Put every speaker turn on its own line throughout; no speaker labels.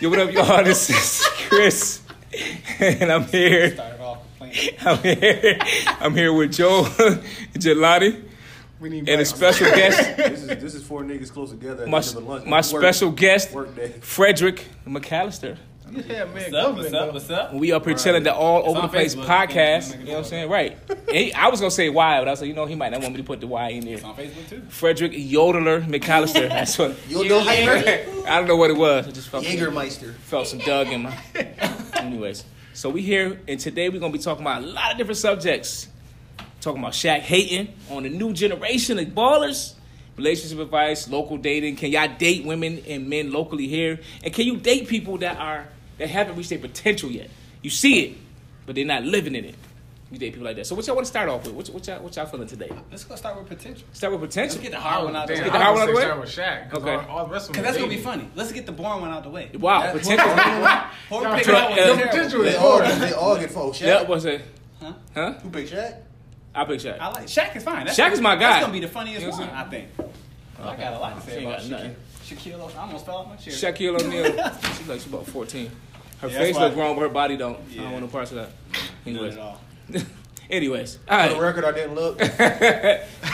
Yo, what up, y'all? This is Chris, and I'm here.
Started off complaining.
I'm here. I'm here with Joe Gelati
We need
and a special guest,
This is this is four niggas close together. At
my
the end of a lunch.
my
Work-
special guest,
work day.
Frederick McAllister.
Yeah, man.
What's up? What's up? What's up?
We up here chilling the all over the
on
place
Facebook.
podcast.
Facebook,
You know what I'm saying? Right. And he- I was gonna say why, but I was like, you know, he might not want me to put the Y in there.
On Facebook too.
Frederick Yodeler McAllister. That's what.
You'll know Heimer.
I don't know what it was. I just felt
Jägermeister.
felt some Doug in my. Anyways, so we here, and today we're gonna be talking about a lot of different subjects. Talking about Shaq hating on the new generation of ballers, relationship advice, local dating. Can y'all date women and men locally here? And can you date people that are that haven't reached their potential yet? You see it, but they're not living in it. You date people like that. So what y'all want to start off with? What, y- what y'all what y'all feeling today?
Let's go start with potential.
Start with
Let's
potential.
get the
Oh,
hard one out the
Damn.
way.
Get the hard one out the way?
Start with Shaq. 'cause
Okay.
All, all the rest of them
Cause that's
are
gonna be
dating.
funny. Let's get the boring one out the way.
Wow,
That-
potential.
Who
Y'all
picked
try-
that one?
your
Yo,
potential is
They all,
hard.
they all get four. Shaq.
That was it.
Huh?
Huh?
Who picked Shaq?
I pick Shaq.
I like Shaq is fine. That's
Shaq is my guy.
That's gonna be the funniest
You know what
one,
I'm
I think. I got a lot to
She
say
ain't
about
got nothing.
Shaquille. Shaquille, O'Neal. I almost fell off my chair.
Shaquille O'Neal. She's like she's about fourteen. Her
Yeah, that's
face
why-
look grown, but her body don't. I
Yeah.
don't want no parts of that.
Not
Anyways,
at all.
anyways,
For the
all
record, I didn't look.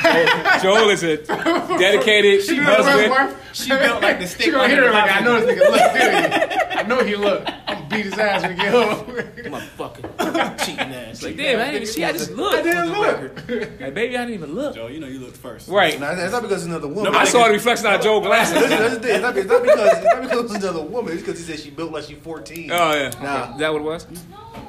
right. Joel is a dedicated
She knows
husband.
where-
She built like the stick.
She gonna
under
hear
the
it like
lobster.
I know this nigga look. didn't he? I know he look. I'm gonna beat his ass when he get home.
Motherfucker, cheating ass. Like damn, I didn't even see. I just looked. Like baby, I didn't even look.
Joe, you know you looked first.
Right.
Now, it's not because it's another woman.
I saw the reflection on Joel glasses.
Listen, that's the thing. It's not, it's not because it's not because it's another woman. It's because he said she built like she's fourteen.
Oh yeah.
Nah.
Is that what it was?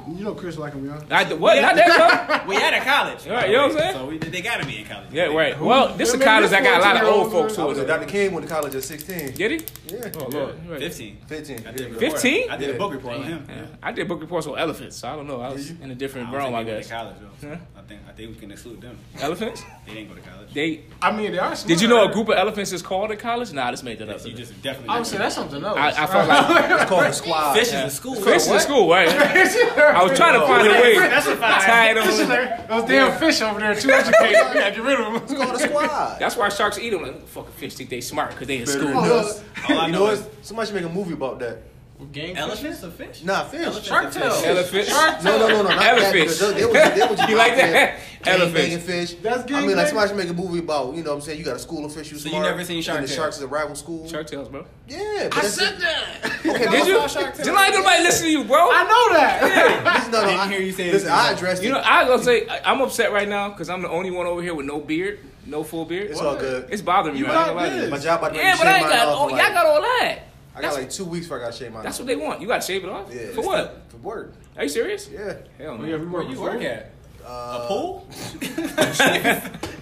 You know Chris like him, y'all.
I did, what? Not that bro.
We out of college.
Right, you know what I'm saying?
So we, they gotta be in college.
Yeah, right. Well, this is college. I got a lot of old folks
I
who
was at
was
Dr. King went to college at sixteen.
Get it?
Yeah,
Oh lord. Right.
Fifteen.
fifteen.
I did a
Yeah.
report.
15?
I did a
Yeah.
book report on him.
Yeah. I did book reports on elephants, so I don't know. I was in a different
don't
realm,
think
I
they went
guess.
to college, though. I think I think we can exclude them.
Elephants?
They didn't go to college.
They
I mean, they are. Smart.
Did you know a group of elephants is called a college? Nah, I just made that up.
you just definitely.
I would say that's something else.
I, I felt like
It's called a squad.
Fish is a school.
fish in school, right? I was trying to find a way.
That's a fact.
Tie them.
Fish is there. Those damn fish over there too educated. We gotta get rid of
It's
them.
called a squad.
That's why sharks eat them. Like, who the fucking fish think they smart because they in
Better than
school.
us.
All I
You
know
know,
is
it's, somebody should make a movie about that.
Gang
elephants or fish.
Nah, fish.
Shark tail.
Elephant.
No, no, no, no, not that.
Elephant.
because They, they was, they was
You like that?
Elephant.
Elephant.
fish.
That's
I
gangbang.
mean, like somebody should make a movie about you know what I'm saying you got a school of fish you
So you
smart,
never seen Shark
and the
Tale?
sharks is a rival school.
Shark tails, bro.
Yeah, but I said that. Okay,
Did you?
no,
Did not nobody listen to you, bro?
I know that.
This, no, no,
Didn't
I
hear you say
Listen,
anything.
I addressed
You know,
it.
I gonna say I- I'm upset right now because I'm the only one over here with no beard, no full beard.
It's all good.
It's bothering me.
You
right? I ain't gonna lie
got
to you.
this.
My job about to make
Yeah,
me
but I
shave
ain't
mine
got.
off.
Oh,
for
y'all
like,
got all that.
I got like two weeks before I got to shave mine.
That's what
off.
they want. You got to shave it off.
Yeah.
For what?
For work.
Are you serious?
Yeah.
Hell no.
Yeah, we
Where
work
you
before.
work at?
Uh,
a pool?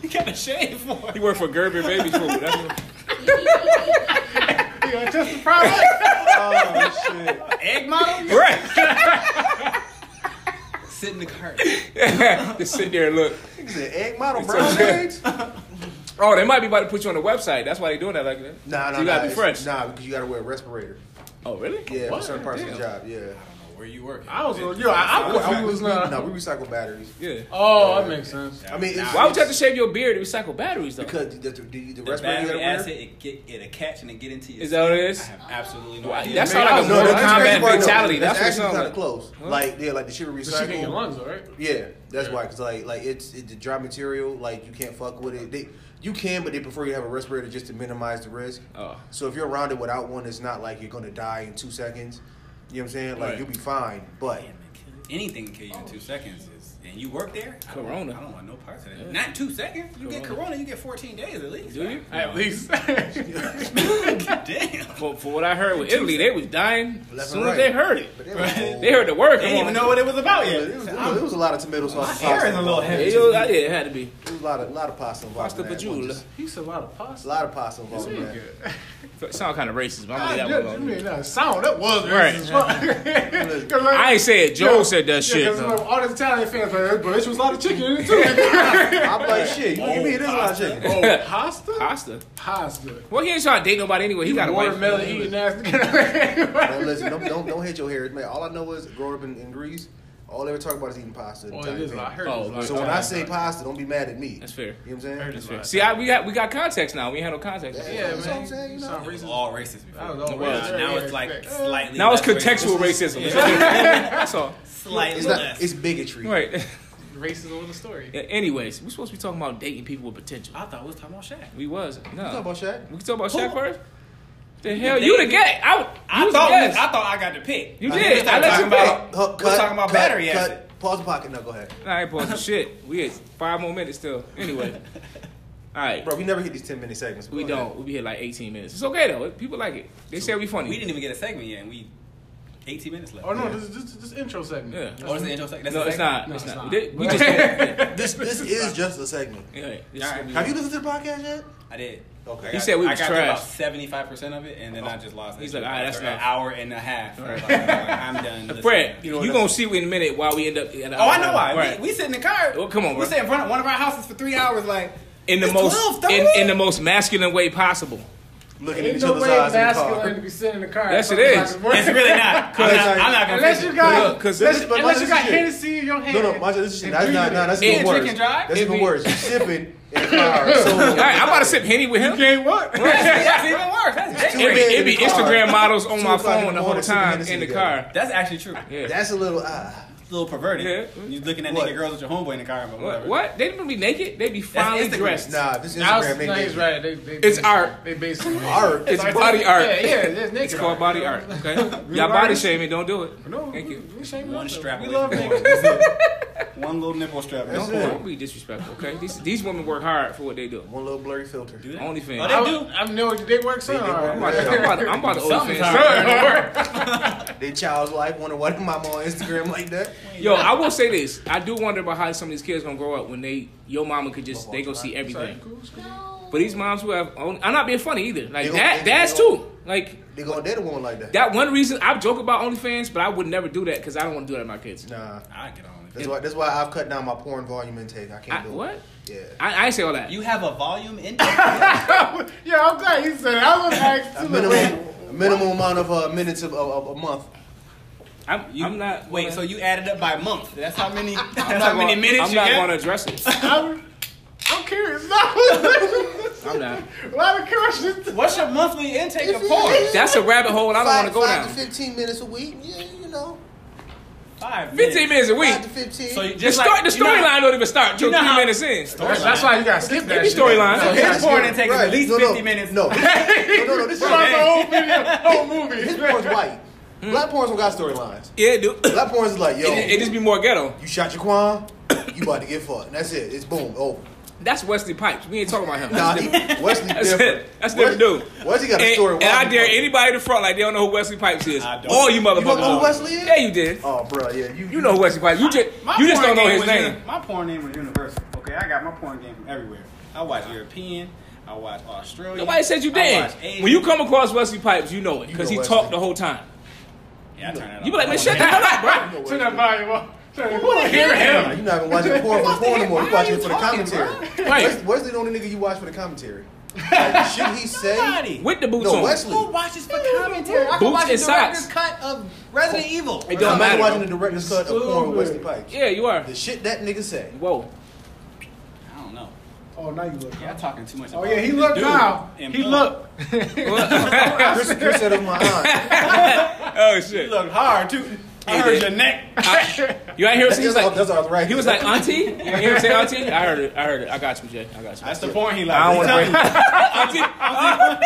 you got a shave for.
He worked for Gerber Baby Food. That's what-
You gonna test the product?
Oh shit.
Egg model?
right.
Sit in the cart.
Just sit there and look.
Is it egg model brown eggs?
Oh, they might be about to put you on the website. That's why they doing that like that.
Nah, nah,
So you
nah,
gotta be
it's-
fresh.
Nah, because you gotta wear a respirator.
Oh, really?
Yeah,
What?
for certain parts of the
Damn.
job. Yeah.
Where you work?
I was gonna. Yo, I, I, was- I was
No,
not.
we recycle batteries.
Yeah.
Oh, that makes sense.
I mean, it's,
Why would you have to shave your beard to recycle batteries though?
Because the, the, the, the
The
respirator you
battery
gotta wear.
acid, it get it'll catch and it get into your.
Is that what it
skin.
is?
I have absolutely no
Why-
idea.
That's
man,
not
I
like a
was-
No,
Mortal
that's crazy
Kombat
part, though.
mentality.
That's,
That's, what it
actually
sounds
kind
like.
of close. Like yeah, like the shit we
But she get your
recycle.
lungs, all right?
Yeah, that's why. Cause like like it's it, the dry material. Like you can't fuck with it. They you can, but they prefer you have a respirator just to minimize the risk.
Oh.
So if you're around it without one, it's not like you're gonna die in two seconds. You know what I'm saying? Like
Right.
you'll be fine. But
Damn, man, kill you. Anything can kill you in two seconds. Is, and you work there? I don't-
Corona.
I don't want no parts of that. Not in two seconds. You get
Corona.
corona, you get 14 days at least.
Do you?
At least.
Damn.
For, for what I heard with Italy, they was dying as
Left
soon
and
as they
right.
heard it.
but there was no-
They heard the word.
They
come
didn't
on.
even know what it was about
It was,
yet.
it was- it was a lot of tomato sauce. and
My hair
pasta
is a little
involved.
heavy.
It was- yeah, it had to be.
It was a lot of lot of pasta involved.
Pasta
in that
bajula.
one. Just-
He's a lot of
A
pasta.
lot of pasta involved. in that.
It sound kind of racist, but
I
I'm gonna leave that one
just- Ah, you
alone.
mean that sound? That was
Right.
racist. as fuck. 'Cause like-
I ain't say it. Joe
Yeah.
said that
Yeah,
shit.
'cause
though.
like all the Italian fans like, but it was a lot of chicken in it too.
I'm like shit. You give me this lot of chicken.
oh, pasta?
Pasta.
Pasta.
Well, he ain't trying to date nobody anyway. He got a wife.
watermelon eating ass.
Now, listen, don't, don't don't hit your hair. Man, all I know is growing up in, in Greece, All they ever talk about is eating pasta. and
Well, it
Italian
is. I
family.
heard
Oh,
it's
So
like-
when I say pasta, don't be mad at me.
That's fair.
You know what I'm
I heard
saying?
it's like-
See, I, we got we got context now. We had no context.
Yeah.
before.
Yeah,
That's what I'm
man.
saying, you
You
know.
sound
It was
racist.
all racist before.
That was all
Now-
racist.
Now it's
Yeah,
like
respect.
slightly.
Now it's
less
contextual
racist.
racism. That's all.
Slightly
It's
less.
not. It's bigotry.
Right.
Racism was a story.
Yeah, anyways, we're supposed to be talking about dating people with potential.
I thought we was talking about Shaq.
We was
You talk
no.
about Shaq.
We can talk about Shaq
Who-
first. The hell, you the
dating-
gay? I, would- you
I
was the
thought,
guest.
I thought I got to pick.
You
We
did.
started
I let you
talking about-
Hey, hu-
We're talking about
cut,
battery
cut.
acid.
Pause the pocket. Now go ahead,
All right, boys. Shit, we had five more minutes still. Anyway, all right.
bro. We never hit these ten minute segments.
we
Go ahead.
don't. We be here like 18 minutes. It's okay though. People like it. They say we funny.
We didn't even get a segment yet, and we 18 minutes left.
Oh no, this is this, this intro segment.
Yeah.
Oh, this is the intro segment. That's
no,
the
it's not.
segment?
No,
it's
it's
not.
not.
We, did, we just. yeah,
This this is just a segment.
this
All right.
should be-
Have you listened to the podcast yet?
I did.
Okay.
I
He
got-
said we
I
was
got
trash.
about 75% of it, and then I just lost.
He's
it.
like, all right, that's
After
enough.
An hour and a half. I was like, I'm done. listening.
Fred,
You
you
know,
are gonna see we in a minute while we end up. At
Oh, I know why.
Right.
We, we sit in the car.
Well, come on,
We
bro.
sit in front of one of our houses for three hours, like
in the
it's
most
12, don't
in,
we?
in the most masculine way possible.
Looking at
Ain't
each
no
other's
way
eyes in the car.
masculine to be sitting in the car.
Yes,
at
it
five
is.
o'clock in
it's
the morning.
really not. I'm not, I'm not gonna.
Unless
fix
you
it.
got,
Look, 'cause
unless,
this-
but
unless
this
you got
shit-
Hennessy in your hand.
No, no, my, this is
and
shit. That's not,
breathing
nah,
it.
that's
And
even
drink
worse.
and drive?
That's
If
even
he-
worse. You sipping in a car. So,
All right, I'm about to sip henny with him.
Can't work.
That's, that's even worse. That's,
It be, it be Instagram models on
Two
my
o'clock in
phone
the
the whole
morning, sipping
time
Hennessy
in the
together.
car.
that's actually true. It's
Yeah.
that's a little, ah.
a little perverted.
Yeah.
You're looking at
What?
naked girls with your homeboy in the car, but
What?
whatever.
what? They don't be naked. They be finely
Instagram.
dressed.
Nah, this
Now
Instagram, they
it's
naked.
right. They, they,
It's art.
They basically
Art.
It's body art.
Yeah, yeah. It's naked.
It's called body art. Okay.
Real
Y'all body
artist.
shaming. Don't do it.
No,
Thank
we,
you.
we shame
One
them.
strap.
We
away
love
from
niggas.
one. One little nipple strap. away.
That's
Don't,
it.
don't be disrespectful. Okay. These these women work hard for what they do.
One little blurry filter.
Do they?
OnlyFans.
Oh,
I'm
they
I,
do.
I know they work some.
They- they
all
work
right.
about to- I'm about to- I'm about to
Something's
OnlyFans.
They child's life, wonder why mom on Instagram like that.
Yo, I will say this. I do wonder about how some of these kids gonna grow up when they your mama could just they gonna see everything. But these moms who have own, I'm not being funny either. Like
They gonna-
that
they-
dads
they gonna-
too. Like
They gonna date a woman like that.
that one reason I joke about OnlyFans, but I would never do that because I don't want to do that to my kids.
Nah.
I get on it.
That's why, that's why I've cut down my porn volume intake. I can't
I,
do it.
what?
Yeah.
I, I ain't say all that.
You have a volume index.
Yeah, I'm glad you said it. I was
A
like,
minimum, a minimum amount of uh, minutes of, of, of a month.
I'm,
You-
I'm not.
Wait,
gonna-
so you added up by month? That's how many? That's
I'm
how
not
many
gonna-
minutes
I'm
you
not
got?
gonna address it.
I'm, I'm curious. No, a
I'm not.
lot of questions.
What's your monthly intake of
If you-
porn?
That's a rabbit hole I don't want
Five,
to go
five
down.
to 15 minutes a week. Yeah, you know.
Five. minutes.
Fifteen minutes a week.
Five to 15.
So you
The,
just
sto-
like,
the
you know how-
storyline don't even start until
you know
three
how-
minutes in.
That's, that's why you gotta skip that.
Give me
shit.
storyline.
So his
That's
porn
good.
intake is
Right.
at least
No, no.
50 minutes.
No. no, no, no. This
That's why
is
the whole video, whole movie.
His porn's white. Black porn's don't got storylines.
Yeah, dude. It,
Black porn's is like, yo,
Hmm. it just be more ghetto.
you shot your quan, you about to get fucked. And that's it. It's boom, over.
That's Wesley Pipes. We ain't talking about him.
Nah,
That's
he,
different.
Wesley
That's
different.
it. That's different dude.
Wesley got a
And,
story.
and
Why
I
he
dare
fucked?
anybody to front like they don't know who Wesley Pipes is.
I don't.
All you motherfuckers.
You don't know who
are.
Wesley is?
Yeah, you did.
Oh, bro, yeah. You,
You know who Wesley Pipes. You just
My
you just don't
porn
know his
game was
name.
uni- my porn name was universal. Okay, I got my porn game from everywhere. I watch European. I watch Australian.
Nobody said you
I
did.
watch Asian.
When you come across Wesley Pipes, you know it
You
because
know
he
Wesley.
talked the whole time.
yeah, I turn it
You be
off.
like, man, shut the hell up, bro.
know
Turn
Wesley.
that volume off. Turn that hear
Nah, You're not even watching porn for the porn anymore. You're watching it for the commentary.
Right.
Wes- Wesley the only nigga you watch for the commentary. Like, shit he say?
Nobody.
With the boots
No,
on.
Wesley.
Who watches for commentary?
Boots
I can watch
and
the
socks.
director's cut of Resident Evil.
It don't
I'm
matter.
watching the
though.
director's cut of porn with Wesley Pipes.
Yeah, you are.
The shit that nigga say.
Whoa.
I don't know.
Oh, now you look.
Y'all talking too much.
Oh
about
yeah, he
this
looked
dude
now.
in
He
porn.
looked.
Chris, Chris said of my aunt.
Oh
You
shit.
look hard too. I
He
heard
did.
your neck.
You ain't hear him say
That's,
he was
that's,
like
that's arthritis.
he was like auntie. You ain't hear him say auntie? I heard it. I heard it. I got you, Jay. I got you.
That's the porn he
I don't
likes.
want
He
to
tell-
break. Auntie.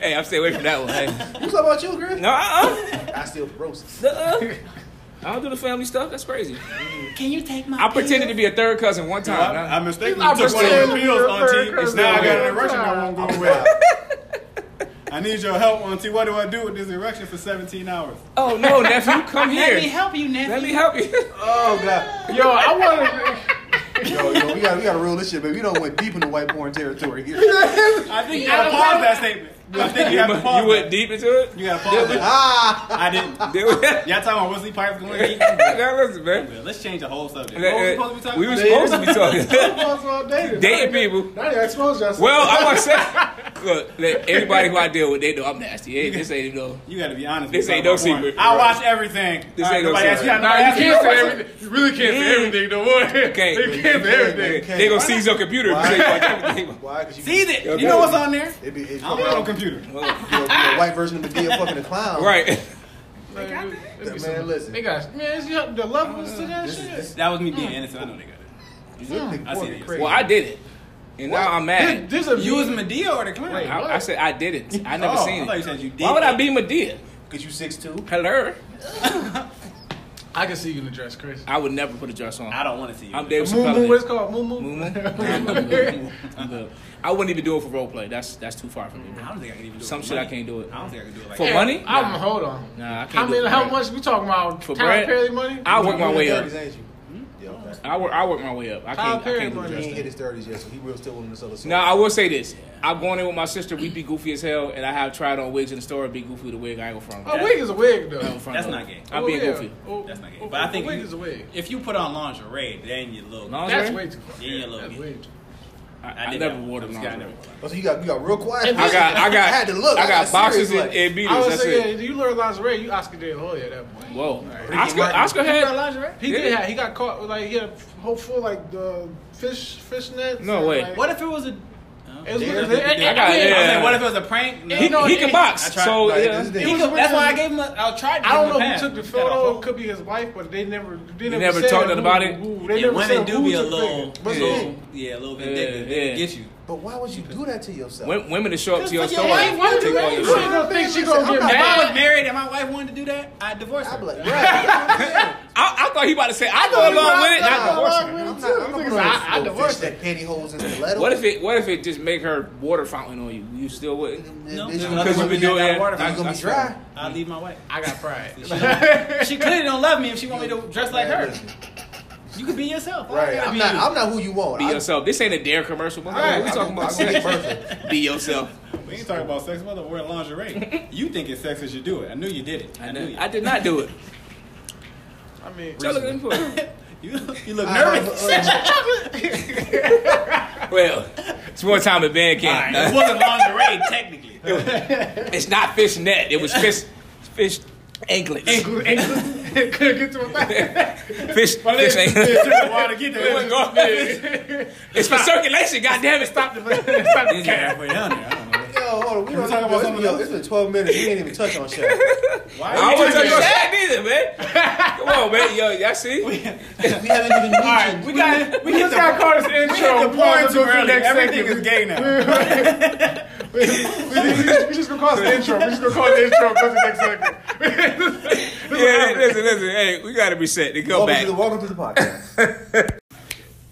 hey, I'm stay away from that one. Hey.
You talking about you, Chris?
No, uh-uh.
I still roast.
Uh-uh. I don't do the family stuff. That's crazy.
Can you take my?
I pretended to be a third cousin one
I,
time.
I mistakenly
I
took one of
pretended
your
to be
pills,
a
auntie.
third cousin.
Now I got
Yeah.
an erection I won't go away. I need your help, auntie. What do I do with this erection for 17 hours?
oh no, nephew, come here. Let me,
help you, nephew.
help you.
Oh, God.
Yo, I wanted.
Yo, yo, we gotta, we gotta rule this shit, baby. We don't went deep into white porn territory here.
I think you gotta pause that statement. I think you
You,
have to pause.
went
that.
deep into it.
You gotta pause. that.
ah!
I didn't.
Did we-
Y'all talking about Wesley Pipes going to
now listen, man.
Let's change the whole subject. What
That-
was we supposed to be
that- We
talking
were supposed to be
about?
talking.
That's all dated.
Dating people.
Now you expose yourself.
Well, I want to say Look, let- everybody who I deal with, they know I'm nasty. Hey, this ain't no.
You gotta be honest.
This
with
ain't
me.
no secret.
I watch everything.
This
All
ain't no
nobody ask
secret.
you- nobody
Nah, you
ask you
can't
no
say
question.
everything. You really can't say everything, though. You
can't.
can't say everything.
They gonna seize your computer. if you say you watch everything.
Why? Cause you,
See that? You know what's on there?
It'd be, it'd
I don't have no computer.
you know, be a white version of Medea fucking a clown.
Right.
Man,
Man, listen.
They got man, it's your- the levels to that shit.
That was me being innocent. I know they got it. I see it.
Well, I did it, and now I'm mad.
This, this a
You was Medea or the clown?
Wait,
I, I said I did it. I never
Oh,
seen
I
it.
thought you said you did.
Why would I be Medea?
Cause you six two.
Hello.
I can see you in the dress, Chris.
I would never put a dress on.
I don't want to see you.
I'm Dave
Moo Moo, what's
Chappelle.
it called? Moo Moo?
Moo Moo? I'm good. I wouldn't even do it for role play. That's that's too far for me.
I don't think I can even do it.
Some
for
shit
money.
I can't do it.
I don't think I can do it like
For
that.
Hey,
money?
I'm,
Nah.
hold on.
Nah, I can't
How
do
many?
it
How
for
much we talking about?
For
Tyler
bread?
Perry money?
I work my way up.
Thirties, ain't you? Yeah. Okay.
I work. I work my way up. I
Tyler
can't. I
Perry
can't do
money.
the
He
dress
ain't hit
thing.
his thirties yet, so he will still want to sell us.
Now I will say this. I've gone in with my sister. We be goofy as hell, and I have tried on wigs in the store. Be goofy with a wig. I ain't go front.
a wig is a wig though.
That's not gay.
I'm
Oh,
being
yeah.
goofy.
Oh,
That's not gay.
oh,
But I think
a wig
you-
is a wig.
If you put on lingerie, then you look.
Lingerie?
That's way too far.
Yeah, yeah, a little
That's
bit.
way too.
I,
I
I
did
never
that.
wore the
This guy
lingerie.
never wore
Oh, so you got you got real quiet.
And
I got. I got.
I had to look.
I got boxes
serious,
and,
like-
and
I
beaters.
was
That's it.
saying, you learn lingerie, you Oscar De La Hoya at that point.
Whoa.
Ricky
Oscar.
Martin.
Oscar
He got
had.
lingerie. He
Yeah.
did have. He got caught with like he had a whole full like the fish fishnets.
No
and,
way.
like-
it. What if it was a?
It was,
Yeah,
it,
I
it, it,
got-
it-
yeah.
I was like, what if it was a prank? No.
He,
No,
he
it-
can box.
I tried-
so
Like,
yeah.
this is the-
He could- that's why I gave him. A, I tried. To
I
give him a
don't know who
pass.
took the
He got a
photo.
whole-
It could be his wife, but they never they never,
never
said
talked nothing
who-
about it?
who- They
Yeah,
never
women
said
do
who
be a
took the
little,
picture. But
little, yeah, a little vindictive.
Yeah,
They
yeah.
get you.
But why would you do that to yourself?
Wo- Women to show up to your
Cause
store.
your wife
and
wanted
take
to
all
raise
your
you.
shit.
She don't think she gonna get
I'm
If I was
mad.
married and my wife wanted to do that, I'd divorce
I'd be
her.
like, right.
I, I thought he about to say I go along with it. and I divorce her.
I'm not. I'm not
Niggas,
gonna
I- I
go
divorced
fish that pantyhose and stiletto.
What if it? What if it just make her water fountain on you? You still wouldn't?
No,
Bitch,
because
you
Because
other
you've
gonna
been
women
be-
doing
ain't
that.
got water
you gonna be dry.
I'd leave my wife.
I got pride.
She clearly don't love me if she want me to dress like
Man,
her.
listen,
You could be yourself. Why I
Right.
gotta
I'm
be
not.
you?
I'm not who you want.
Be
I-
yourself. This ain't a dare commercial. But
Right.
we talking about
I'm gonna get
sex.
perfect.
Be yourself.
We ain't talking about sex. Mother wearing lingerie. you think it's sex as you do it. I knew you did it. I, knew you.
I did not do it.
I mean,
Tell her the input.
you, you look
I-
nervous.
I- uh,
Well, it's more time at band
All
camp.
right, it wasn't lingerie technically.
It's not fish net. It was fish fish anklets.
Ankle, ankle, couldn't get to my back.
Fish fish anklets. It wasn't going there. It's for circulation. God damn it! Stop the. Stop the cap.
Halfway down there. I don't know.
Yo, hold on. We don't
talk
talk
about
about
something
Yo,
else?
it's been 12 minutes. We ain't even touch on shit.
Why
I
are you
don't
doing
touch your
that?
shag either, man. Come on, man. Yo, y'all see?
We haven't even
All right,
mentioned.
we got we
We
hit
just
the
got caught as intro.
we hit the
We might
porn
as
too
well go to the
early.
next
Everything
segment.
is gay now.
we, we- we- we just gonna call it the intro. We just gonna call it the intro. Go to the next segment.
Yeah, listen, listen. Hey, we gotta reset. They go
Welcome
back.
to the- welcome to the podcast.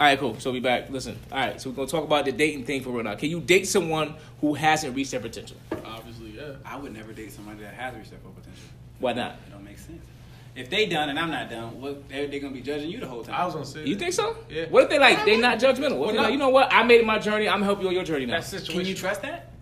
All right, cool. So we back. Listen. All right. So we're gonna talk about the dating thing for real now. Can you date someone who hasn't reached their potential?
Obviously, yeah.
I would never date somebody that has reached their full potential.
Why not?
It don't make sense. If they done and I'm not done, what they they gonna be judging you the whole time?
I was gonna say
You
that.
think so?
Yeah.
What if they like they not judgmental? What if they like, you know what? I made it my journey. I'm gonna help you on your journey now.
that situation?
Can you trust that?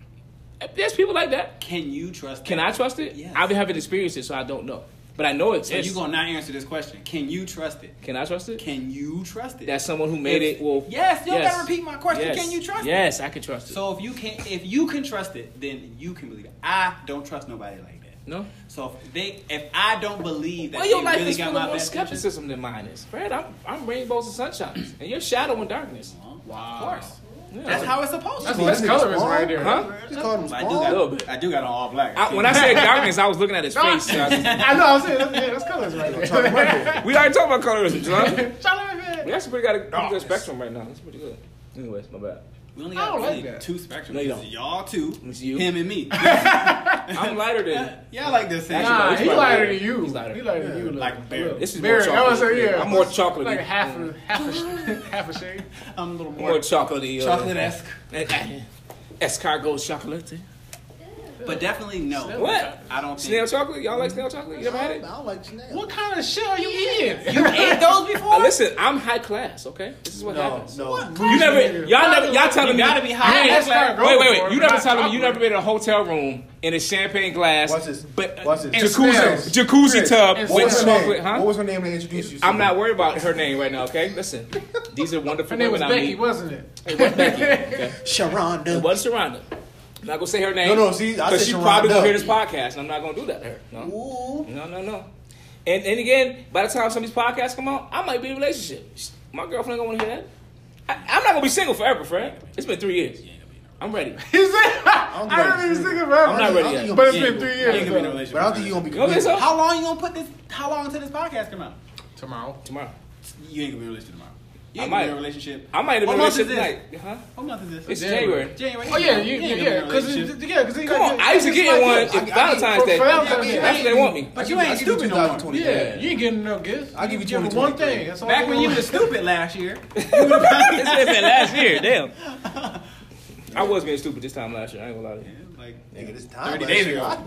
There's people like that.
Can you trust?
Can
that?
I trust it?
Yes.
I've been having experiences, so I don't know. But I know
So
exists.
you gonna not answer this question? Can you trust it?
Can I trust it?
Can you trust it?
That someone who made
If-
it will.
Yes, you gotta repeat my question.
Yes.
Can you trust it?
Yes, I can trust it.
So if you can, if you can trust it, then you can believe it. I don't trust nobody like that.
no.
So if they, if I don't believe that
Well, your
they
life
really
is
got
full
my
of more
best interest,
skepticism than mine is. Fred, I'm, I'm rainbows and sunshines, and you're shadow and darkness.
wow, of course,
Yeah.
that's how it's supposed to
That's,
be.
that's
Well,
colorism
Spawn?
right there.
Huh?
Just called him
I do
Spawn.
little
got,
bit.
I do got on all black.
I, when I said darkness, I was looking at his face. so I was-
I know. I'm saying that's, yeah, that's colorism right there.
Charlie Michael.
we already talked about colorism, John.
Charlie Murphy.
We actually pretty got a pretty good spectrum right now. That's pretty good. Anyways, my bad.
we only
I
got
don't like
really
that.
two spectrums.
No, you don't.
Y'all two,
It's you.
him and me.
I'm lighter than.
Y'all like this? thing.
Nah,
He's
he lighter
lighter.
than you.
He's lighter.
He lighter than you.
Like
look.
Barry.
Look.
This is
Barry.
more
I was
chocolate.
like, yeah,
I'm more chocolatey.
Like half a half a half a shade.
I'm a little
More
more
chocolatey. uh,
chocolate esque,
eh, eh, Escargot chocolate.
but definitely no.
What?
I don't
Snail
think
chocolate? Y'all like snail chocolate? You never had
I
it?
don't like Chanel.
What kind of shit are you eating?
you ate those before.
Uh, listen, I'm high class, okay? This is what
No,
happens.
no.
You never, y'all never, y'all telling me.
You gotta be high.
Hey,
That's
gotta go
Wait, wait,
for
wait.
it,
You never
not
telling me you
chocolate.
never been in a hotel room in a champagne glass.
Watch this.
But,
Watch this.
Jacuzzi,
smells.
jacuzzi tub
and
What
with
was her
chocolate,
name?
huh?
What was her name that introduced you? to
I'm
me?
not worried about her name right now, okay? Listen, these are wonderful
Her name was
women I
Becky,
meet.
wasn't it?
It wasn't Becky. okay?
Sharonda.
It wasn't Sharonda. I'm not gonna say her name.
No, no, see, I
because
said
she
Sharonda.
probably gonna hear this podcast, and I'm not gonna do that to her. No,
Ooh.
no, no, no. And and again, by the time some of these podcasts come out, I might be in a relationship. My girlfriend ain't gonna want to hear that. I, I'm not gonna be single forever, friend. It's been three years. I'm ready.
He said, I don't even think about it.
I'm not ready yet.
But it's been three
You ain't
years.
gonna be in a
though.
relationship.
But I don't think you gonna be.
You don't think so?
How long you gonna put this? How long until this podcast come out?
Tomorrow.
Tomorrow.
You ain't gonna be in a relationship tomorrow. You
I
ain't gonna be in
might.
a relationship.
I might have been in a
What month
relationship
is
tonight. Huh?
this? What month is this?
It's January.
January.
Oh, yeah, you, yeah, yeah. Because,
you
yeah, because
Come on, I used to get in one
Yeah,
at Valentine's
for
Day.
Valentine's Day.
That's what they want me.
but you ain't stupid no more.
yeah, you ain't getting no gifts.
I'll give you
Give me
20,
one thing. That's all
Back
I
when you
want.
was stupid last year,
This has been last year. Damn. I was being stupid this time last year. I ain't gonna lie to you.
like
Nigga, this time
30
last
days
year,
ago.
I-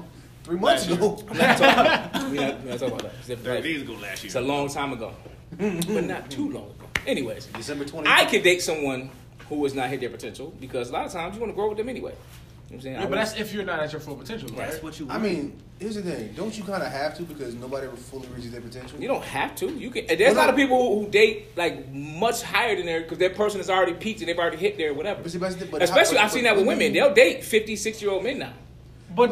three months ago.
We not, we not talking about that. It's a different life.
days ago last
It's a long time ago, but not too long ago. Anyways,
December twenty.
I could date someone who has not hit their potential because a lot of times you want to grow with them anyway. You know what I'm saying? I
Yeah, but
would-
that's if you're not at your full potential, right?
That's what you.
I mean, here's the thing. Don't you kind of have to because nobody ever fully reaches their potential.
you don't have to. You can. and There's a lot of people who, who date like much higher than their because their person has already peaked and they've already hit their whatever.
But see, but- but how-
Especially,
but-
I've seen
but-
that with women. They'll date 50, year old men now.
But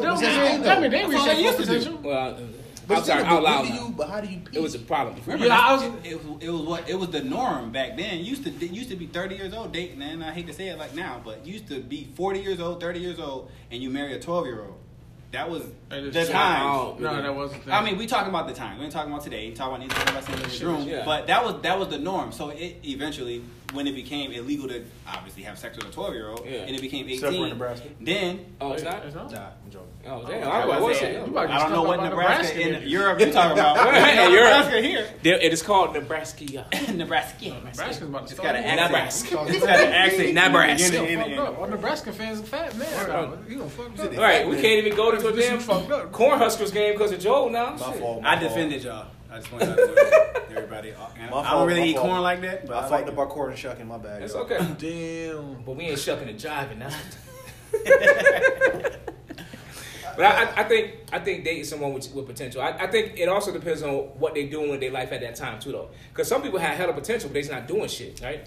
But that's
them,
the thing,
I mean, they
though.
reached
That's all
their
they
full
used to do.
potential.
Well,
But
I'm
still,
sorry,
but
out
when
loud.
do
now.
you- But how do you? Peak?
It was a problem.
Remember,
Yeah,
that's-
I was-
it, was it was what it was the norm back then. You used to it used to be thirty years old dating, and I hate to say it like now, but you used to be forty years old, thirty years old, and you marry a twelve year old. That was
That is
the
true.
time.
No, that wasn't.
I mean, we talking about the time. We ain't talking about today. We talking about anything that's in this room.
yeah.
But that was that was the norm. So it eventually, when it became illegal to obviously have sex with a twelve year old,
Yeah.
and it became
Except for in
eighteen,
Nebraska.
then
Oh, it's not.
Nah, I'm joking.
Oh, damn. I was
I
about to
said,
say,
You about to
I don't know what
about
Nebraska,
Nebraska
in
is.
Europe you talking about.
Right,
Not
Europe.
Nebraska here.
There- It is called Nebraska.
Nebraska.
Nebraska's about to
It's
start.
got an accent.
Nebraska.
It's got an accent.
Nebraska.
Beginning,
Fucked
end,
up.
end.
All Nebraska fans are fat man. dog. You gonna fucked up.
All right, we can't even go to the
This
damn
is fucked up.
Cornhuskers game because of Joel now.
My
Shit.
fault. My
I
fault.
defended y'all. I just want y'all to know everybody. And
My
I
fault,
don't really
my
eat
fault.
corn like that, but
I
I
fought
like
the
it.
parkour and shucking my bag.
It's
y'all.
okay.
Damn.
But we ain't shucking and jiving now. but I, I, I think I think dating someone with, with potential. I, I think it also depends on what they're doing with their life at that time too, though. Because some people have hella potential, but they's not doing shit, right?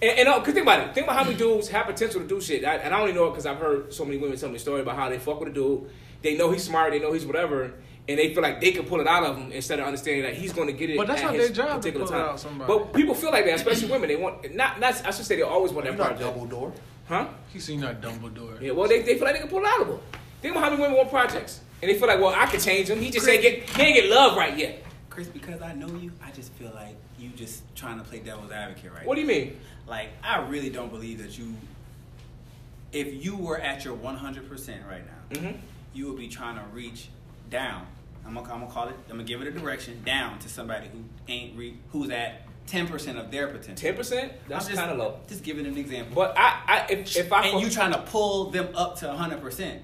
And, and uh, cause think about it. Think about how many dudes have potential to do shit. I, and I only know it because I've heard so many women tell me story about how they fuck with a dude. They know he's smart. They know he's whatever. And they feel like they can pull it out of him instead of understanding that he's going to get it.
But that's
at
not
his
their job to
particular
pull it
time.
out of somebody.
But people feel like that, especially women. They want not. Not I should say they always want
You're
that
not
project,
double door.
huh?
He seen that Dumbledore.
Yeah, well, they, they feel like they can pull it out of them. Think about how many women want projects, and they feel like, well, I can change him. He just ain't get he ain't get love right yet.
Chris, because I know you, I just feel like you just trying to play devil's advocate right
What do you mean?
Like, I really don't believe that you, if you were at your 100% right now,
Mhm.
you would be trying to reach down. I'm gonna, I'm gonna call it, I'm gonna give it a direction down to somebody who ain't, re, who's at 10% of their potential.
Ten percent? That's
I'm just-
kind of low.
Just giving an example.
But I, I if, if I
and you trying to pull them up to 100%.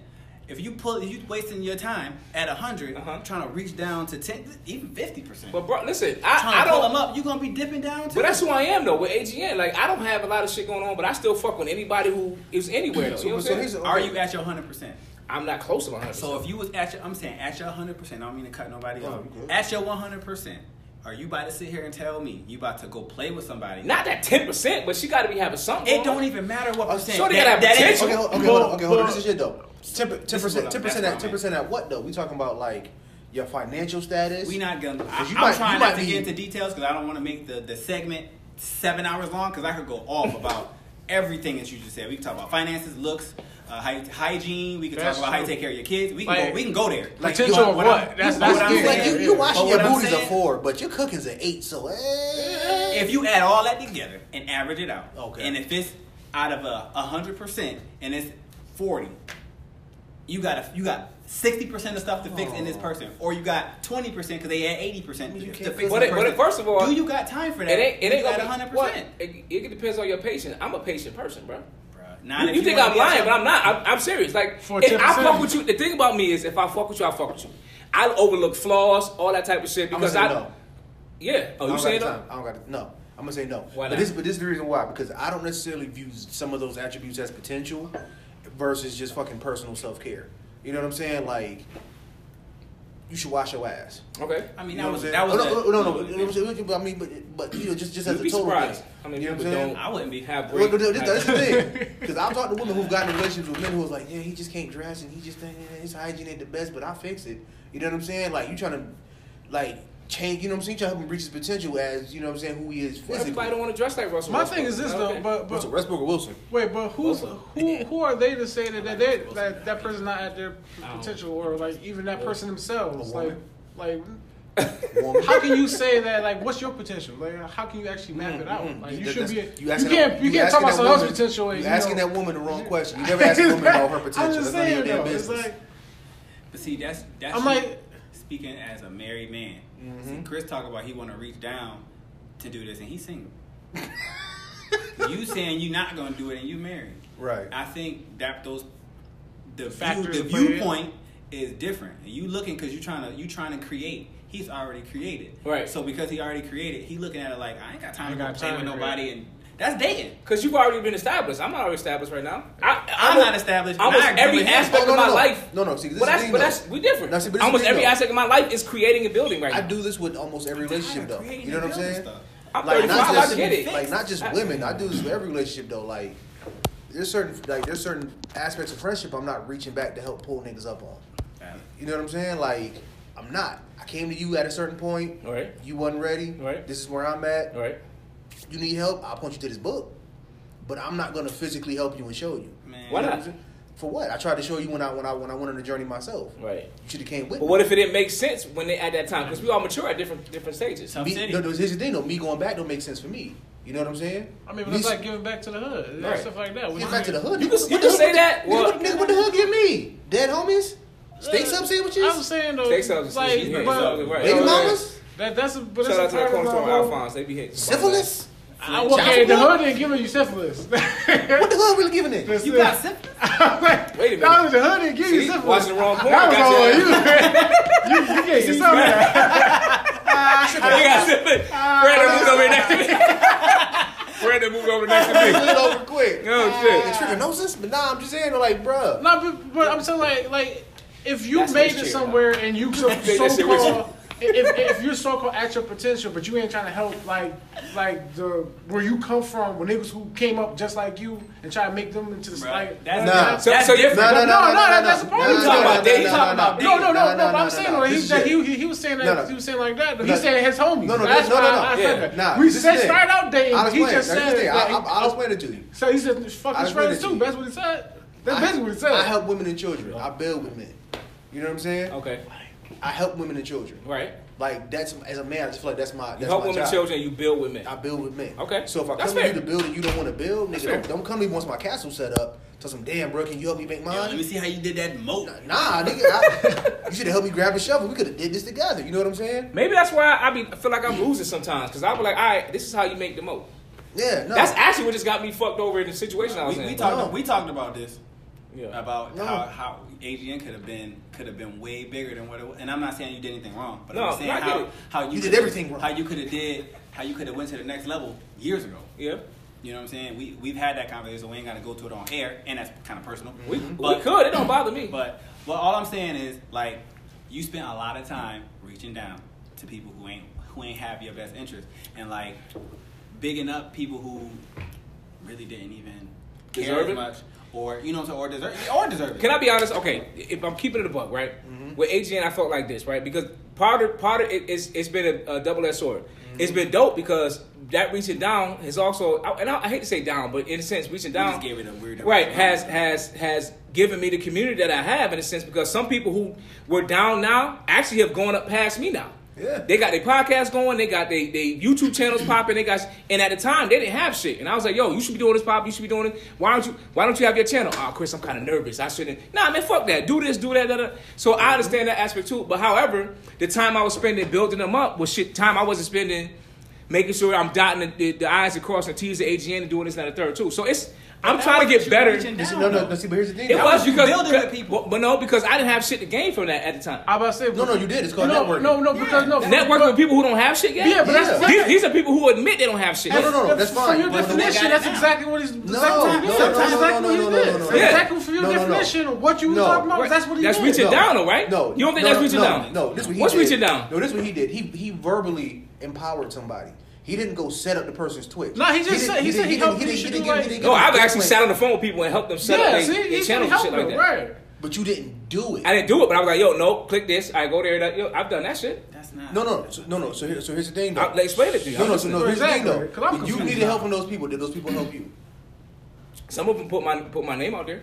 If you pull, if you wasting your time at 100,
Uh-huh.
trying to reach down to 10, even 50%.
but bro, listen, I,
trying
I
to pull
don't.
them up, you gonna be dipping down too.
But that's who I am though with AGN. Like I don't have a lot of shit going on, but I still fuck with anybody who is anywhere. Though, you know what
So
I'm
here's
saying?
the-
Are you at your hundred percent?
I'm not close to 100.
So if you was at your, I'm saying at your hundred percent. I don't mean to cut nobody
No,
off.
you Oh, good.
At your one hundred percent, are you about to sit here and tell me you about to go play with somebody?
not that 10 percent, but she got to be having something.
It
going on.
don't even matter what
Oh,
percent.
sure they gotta have potential.
Okay, hold, okay, hold on. Okay, hold on. This is shit though. Ten
is what
percent.
I'm-
Ten
that's
percent. At
what I
ten percent. At what though? We talking about like your financial status.
We not gonna. I,
'Cause you
I'm
might-
trying
you
not
might
to
be-
get into details because I don't want to make the, the segment seven hours long because I could go off about everything that you just said. We can talk about finances, looks, uh, hy- hygiene. We can
That's
talk about how you
true.
take care of your kids. We can
Like-
go. We can go there.
Like,
Potential
you-
of
what
what?
I'm-
that's
But
that's
what I'm
good.
saying, you, you washing
But
your
what I'm
booties at
saying-
four, but your cooking's at eight. So eh.
If you add all that together and average it out,
Okay.
and if it's out of a hundred percent and it's forty, you got a, you got sixty percent of stuff to fix in this person, or you got twenty percent because they add eighty percent
mean,
to
you
to
can't
fix.
But
this
it- but it-
person.
first of all-
do you got time for
It
that?
ain't. It ain't
you got
gonna be-
hundred
what?
percent.
It, it depends on your patience. I'm a patient person, bro.
Nah,
You,
if
you think
wanna
I'm
be
lying,
out-
but I'm not. I'm, I'm serious. Like,
For
if I
10%.
fuck with you, the thing about me is if I fuck with you, I fuck with you. I overlook flaws, all that type of shit
I'm gonna
because
say
I.
no.
Yeah.
I
Oh,
don't
you
got
say
the
no?
time. I don't got the, no. I'm gonna say no.
Why
but
not?
this, but this is the reason why because I don't necessarily view some of those attributes as potential versus just fucking personal self care. You know what I'm saying? Like you should wash your ass.
Okay.
I mean,
You
that
know
was
what
that
I'm
was.
saying?
a-
Oh, no, no, no, no, no, but I mean, but, but you know, just just as
You'd
a
be
total
surprised.
thing.
I mean,
You know what
people
I'm saying?
don't.
I wouldn't be
have
Well,
great.
but th- th- that's the thing, because I've talked to women who've gotten in relationships with men who was like, yeah, he just can't dress, and he just think eh, his hygiene ain't the best, but I fix it. You know what I'm saying? Like you trying to, like change. You know what I'm saying? You trying to help him reach his potential as you know what I'm saying, who he is physically.
Everybody don't want to dress like Russell.
My
Westbrook.
thing is this though,
Okay.
but but
Russell Westbrook or Wilson?
Wait, but who's who? Who are they to say that that they, that that person's not at their
I don't-
potential, or like even that person themselves?
A
Like,
woman?
like
Woman.
how can you say that? Like, what's your potential? Like, how can you actually map it out? Like, you
That-
should be.
Mm-hmm. that's-
You
asking
can't.
that-
You can't
asking
talk about
that
someone else's
woman-
potential. and,
You
You
asking
know-
that woman the wrong question. You never ask a woman about her
I'm
potential.
just
That's none of your
saying
damn
though. It's
business.
like
But see, that's that's
I'm
you
like-
speaking as a married man. See, Chris talk about he want to reach down to do this, and he's single. you saying you're not gonna do it, and you married.
Right.
I think that those the
Factors
view, the
play in.
viewpoint is different. And you looking because you trying to you trying to create. He's already created.
Right.
So because he already created, he looking at it like I ain't got time
Ain't
to go
got
play
time
with
to
nobody, and that's dating.
Because you've already been established. I'm not already established right now. I,
I'm
almost-
not established,
Almost
and I agree
every
with him.
aspect
Oh, No,
of
no,
my
no.
life.
No, no, see, this
but
is the
that's,
thing,
but
though.
that's we different.
Now, see, but this is
almost
the thing,
every
though.
aspect of my life is creating and building right now.
I do this with almost every relationship though.
creating
You know what I'm
and building
saying?
stuff.
I'm
like
35,
not just
I get it.
like not just
I-
women. I do this with every relationship though. Like there's certain like there's certain aspects of friendship I'm not reaching back to help pull niggas up on. You know what I'm saying? Like I'm not. I came to you at a certain point.
Right.
You wasn't ready.
Right.
This is where I'm at.
All right.
You need help? I'll point you to this book. But I'm not gonna physically help you and show you.
Man,
Why
You know what
not?
I'm saying? For what? I tried to show you when I when I when I went on the journey myself.
Right.
You should have came with
But
me.
what if it didn't make sense when they at that time? Because we all mature at different different stages.
Tough
me,
city.
no, no, here's the thing though. Me going back don't make sense for me. You know what I'm saying?
I mean, but
Me
it's
s-
like giving back to the hood, and
Right.
stuff like that. What
Get
you
back to the
mean?
hood.
You
Nigga,
can-
what
you
the
can
hood-
say that.
Nigga, what,
Well-
nigga, what the hood give me? Dead homies? Steak sub sandwiches?
I'm saying though,
Steak substances,
like,
yeah,
but,
exactly, right.
Baby
Yeah.
mamas?
that, that's a, but
Shout out
it's
to
a
the
part
corner
of
store
our whole-
Alphonse. They be hitting
Syphilis?
I- Okay, the hood ain't giving you syphilis.
What the hood really giving it?
That's
you
it.
got syphilis.
Wait a minute.
That was the hood didn't give you
See,
syphilis.
watching the wrong porn.
That
Gotcha.
was all you. you, you gave yourself that.
You got syphilis.
Uh,
Brandon moved over next to me. Brandon moved over next to me.
Flip it over quick.
Oh shit.
Trichinosis? But nah, I'm just saying, like, bruh.
No, but, but I'm saying like like if you
That's
made
his
it
shit,
somewhere and you so
Take that shit with
called. If, if you're so called at your potential, but you ain't trying to help like like the where you come from, when niggas who came up just like you and try to make them into this
Bruh,
like
that's-
Nah.
So, so you're
No, no, no,
No, no,
no,
that- that's the
no,
problem.
no,
You
no, no,
talking
about dating,
no,
you talking
no,
about
No, no, no, no,
no,
But
no,
I'm
no,
saying
no.
like, he,
This
that
shit.
he, he he was saying that
No, no.
he was saying like that. though.
No.
He's saying his homies.
No, no,
that's
no, no,
why
no.
I,
Yeah.
I said that.
Nah,
we
this is
said
it.
started out dating,
I'll
but he
explain.
just
That's
said
the thing. I-
that
I- I'll explain it to you.
So he said, "Fuck
I
his
agree
friends
with
too."
you.
That's what he said.
I-
That's basically what he said.
I help women and children. I build with men. You know what I'm saying?
Okay.
I help women and children.
Right.
Like that's as a man, I just feel like that's my. That's
You help
my
women,
job.
children. You build with men.
I build with men.
Okay.
So if I
That's
come to you
fair.
to build and you don't want to build, nigga,
fair.
don't, don't come to me once my castle set up. Tell some damn bro, can you help me make
Yo, let me
mine?
see how you did that moat.
Nah, nigga, I, you should have helped me grab a shovel. We could have did this together. You know what I'm saying?
Maybe that's why I be I feel like I'm losing sometimes because I be like, all right, this is how you make the most.
Yeah, no.
That's actually what just got me fucked over in the situation I was
We,
in.
we
talk-
talked.
No.
We talked about this
yeah.
about
No.
how, how AGN could have been could have been way bigger than what it was. And I'm not saying you did anything wrong, but
No,
I'm saying
no, I get it.
how, how you,
You did
could've-
everything wrong.
How you could have did how you could have went to the next level years ago.
yeah.
You know what I'm saying? We we've had that conversation. We ain't got to go to it on air, and that's kind of personal.
We, we
But-
could. It don't bother me.
But well, all I'm saying is like you spent a lot of time reaching down to people who ain't who ain't have your best interest and like bigging up people who really didn't even care
Deserve
as
it?
much or you know or deserve or deserve it.
Can I be honest? Okay, if I'm keeping it a buck, right?
Mm-hmm.
With AGN, I felt like this, right? Because Potter, Potter, it, it's it's been a, a double edged sword.
Mm-hmm.
It's been dope because that reaching down has also, and I, I hate to say down, but in a sense, reaching
You
down
just gave it a weird
right has has has given me the community that I have in a sense because some people who were down now actually have gone up past me now.
Yeah.
They got their podcast going, they got their they YouTube channels popping, they got and at the time they didn't have shit. And I was like, yo, you should be doing this pop, you should be doing it. Why don't you why don't you have your channel? Oh Chris, I'm kinda nervous. I shouldn't Nah man, fuck that. Do this, do that, da, da. So
Mm-hmm.
I understand that aspect too. But however, the time I was spending building them up was shit time I wasn't spending making sure I'm dotting the, the, the I's and crossing the T's and AGN and doing this and that, and the third too. So it's I'm
That
trying to
wasn't
get
you
better.
reaching
It
You see,
down,
no, no,
though.
no. See, but here's the thing.
was
was you
because
building with
because-
people.
But no, because I didn't have shit to gain from that at the time.
I about to say
No, no, you did. It's
No,
called
no,
networking.
no, because no.
Networking with people who don't have shit yet.
Yeah, but that's
Yeah.
these, these are people who admit they don't have shit.
No,
yet.
no, no, no. That's
From
fine.
your
But when they
definition,
got-
that's exactly what he's.
No, no,
exactly what he
no,
did. That's
no, no,
exactly what he
no, no,
did.
no, no,
no.
Exactly from your
No, no, no.
definition of what you was
No.
talking about. That's what he
That's
did.
reaching
No.
down, though, right?
No,
you don't think
no,
that's
no,
reaching
no,
down?
No, this what he
What's
did.
reaching down?
No, this what he did. He he verbally empowered somebody. He didn't go set up the person's Twitch.
No, he just
didn't-
said- he said
didn't-
he helped
didn't-
you
he
should
didn't give-
do
he
like-
didn't give
No,
a
I've actually
complaint.
sat on the phone with people and helped them set
Yeah,
up
see,
their- their
he's
channels and shit like
helping.
that.
Right.
But you didn't do it.
I didn't do it, but I was like, yo, no, click this. I go there. That, yo, I've done that shit.
That's not.
No, no, so, no, no. So, here, so here's the thing, though.
I'll explain it to you.
no, no, so no. Here's the
Exactly,
thing,
'cause I'm
though. You
confused
needed
now.
help from those people. Did those people help you?
Some of them put my put my name out there,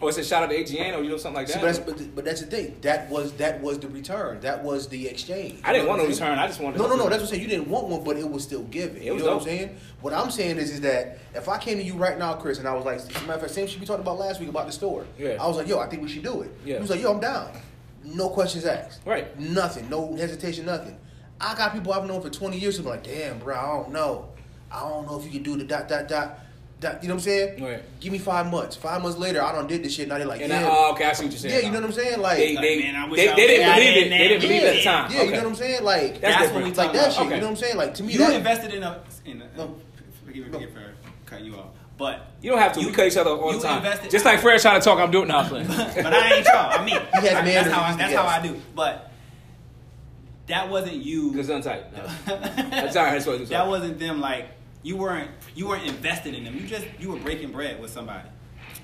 or it said shout out to AGN or you know something like
See,
that.
but, that's, but, but that's the thing. That was that was the return. That was the exchange.
I didn't want no return. I just wanted.
No, no, no. That's what I'm saying. You didn't want one, but it was still given. You
was
know what I'm
dope.
saying? What I'm saying is, is that if I came to you right now, Chris, and I was like, as a matter of fact, same shit we talked about last week about the store.
Yeah.
I was like, yo, I think we should do it.
Yeah.
He was like, yo, I'm down. No questions asked.
Right.
Nothing. No hesitation. Nothing. I got people I've known for 20 years who be like, damn, bro, I don't know. I don't know if you can do the dot dot dot. dot. You know what I'm saying?
Right.
Give me five months. Five months later, I done did this shit. Now they're like,
and
yeah,
I, oh, okay, I see what you're saying.
yeah. You know what I'm saying? Like,
They
Like,
they
man, I wish
they,
I
they
was
didn't
there.
believe it.
Yeah,
They didn't believe it at the
yeah,
time.
yeah. You know what I'm saying? Like,
That's
That's,
different.
what we
it's like
talking
that
about.
shit.
Okay.
You know what I'm saying? Like to me,
You
that,
invested in a. In a
No.
Forgive me
No.
forgive me for cutting you off, but
You don't have to. we cut each other all the
you
time.
invested-
Just like Fred trying to talk, I'm doing now.
but I ain't y'all. I mean,
He has
I-
manners,
that's how I,
he's the
that's how I
guest.
do. But that wasn't you.
Because untight. No. I'm sorry. I'm sorry. I'm
That
sorry.
wasn't them. Like you weren't you weren't invested in them. You just you were breaking bread with somebody.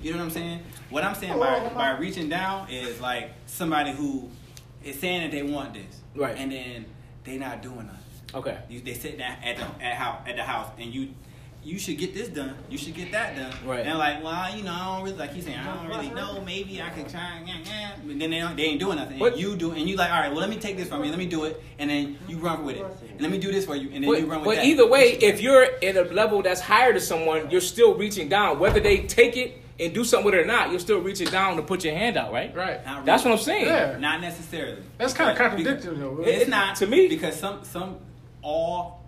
You know what I'm saying? What I'm saying by by reaching down is like somebody who is saying that they want this,
Right.
And then they not doing nothing.
Okay.
You, they sit down at the at house at the house, and you you should get this done. You should get that done.
Right.
And like, well, you know, I don't really like. He's saying, I don't really know. Maybe I could try. Yeah, yeah. But then they don't, they ain't doing nothing.
What-
And you do, and you like, all right. Well, let me take this from you. Let me do it, and then you run with it. And let me do this for you, and then you
But,
run with
but
that.
either way, if you're at a level that's higher to someone, you're still reaching down. Whether they take it and do something with it or not, you're still reaching down to put your hand out, right?
Right.
Not really.
That's what I'm saying.
Yeah.
Not necessarily.
That's kinda
Because-
contradictory, though,
because- It's
really.
not
To me.
because some some all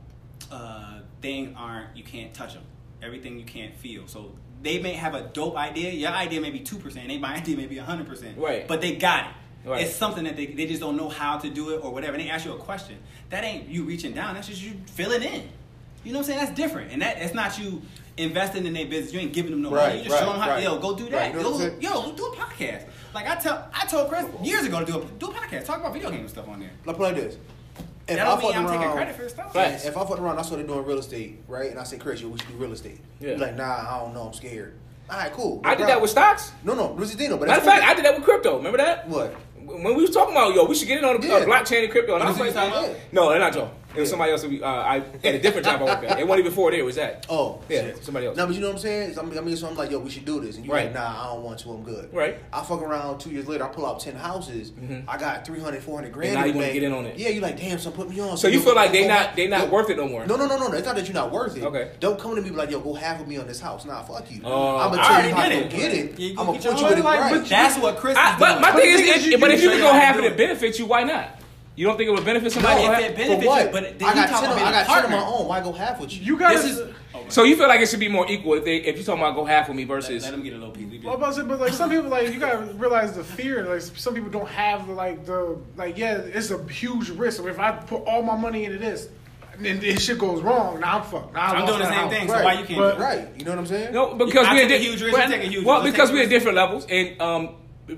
uh, things aren't you can't touch them. Everything you can't feel. So they may have a dope idea. Your idea may be two percent. They my idea may be hundred percent.
Right.
But they got it.
Right.
It's something that they, they just don't know how to do it or whatever. And they ask you a question. That ain't you reaching down. That's just you filling in. You know what I'm saying? That's different. And that that's not you investing in their business. You ain't giving them no money.
Right,
You just
right,
showing them how
right.
yo go do that.
Right. You know what I'm
Yo, yo, do a podcast. Like I tell, I told Chris years ago to do a do a podcast, talk about video game stuff on there.
Like, put it like this. If
That don't
I
mean
fucked
I'm taking
around-
credit for his stuff.
Right.
If I fucked around, I started doing real estate, right? And I say, Chris, yo, we should do real estate.
Yeah.
Yeah. Like, nah, I don't know, I'm scared. All right, cool.
I did that with stocks.
no, no, this is the thing, though, But
Matter of
that's
fact, I did that with crypto. Remember that?
what?
When we was talking about yo, we should get in on the uh,
Yeah.
blockchain and crypto, and I was
Who
like,
was he talking
about?
no, they're not Joe. It was
Yeah.
somebody else. That we, uh, I had a different job I worked at. It wasn't even before there. It was that.
Oh,
Yeah,
shit.
somebody else.
No, but you know what I'm saying? So I'm- I mean, so I'm like, yo, we should do this, and you're
Right.
like, nah, I don't want to. I'm good.
Right. Mm-hmm.
I fuck around two years later. I pull out ten houses. I got 300, 400 grand.
And now
in
you
the
wanna
bank.
get in on it.
Yeah, you're like, damn, so put me on.
So you feel like they
go-
not they not
yo-
worth it no more.
No, no, no, no, no. It's not that you're not worth it.
Okay.
Don't come to me like, yo, go half with me on this house. Nah, fuck you.
Oh.
I'm gonna
I
tell
already
you
did
how to
it.
go get it.
Yeah, you
I'm gonna
get your
put you
own
in it
life,
right.
but
That's what Chris.
I,
is
but
doing.
my
But
thing
the
is,
thing is,
if-
you-
but
you
if you
show
could
you
go
how to
half and
do
it
it.
benefits you, why not? You don't think it would benefit somebody?
No,
to go
if
half?
it-
for
benefits you,
what?
but it-
I
you
got
talking about
ten. Of,
being
I
a
got ten of my
partner.
own. Why go half with you?
You
This
guys.
is. Oh,
so you feel like it should be more equal if they if you talking about go half with me versus
let, let him get a little piece. We
Well, I'm about to say, but like some people, like you gotta realize the fear. Like some people don't have the like the like yeah, it's a huge risk. If I put all my money into this, and this shit goes wrong, now I'm fucked. Now I
I'm
lost
doing the
my
same
house.
thing.
Right.
So why you can't?
But-
do it?
Right. You know what I'm saying?
No, because
I
we're
take
di-
a huge risk,
well,
you take a huge
well,
risk, I
because
take a
we're at
risk.
different levels, and um,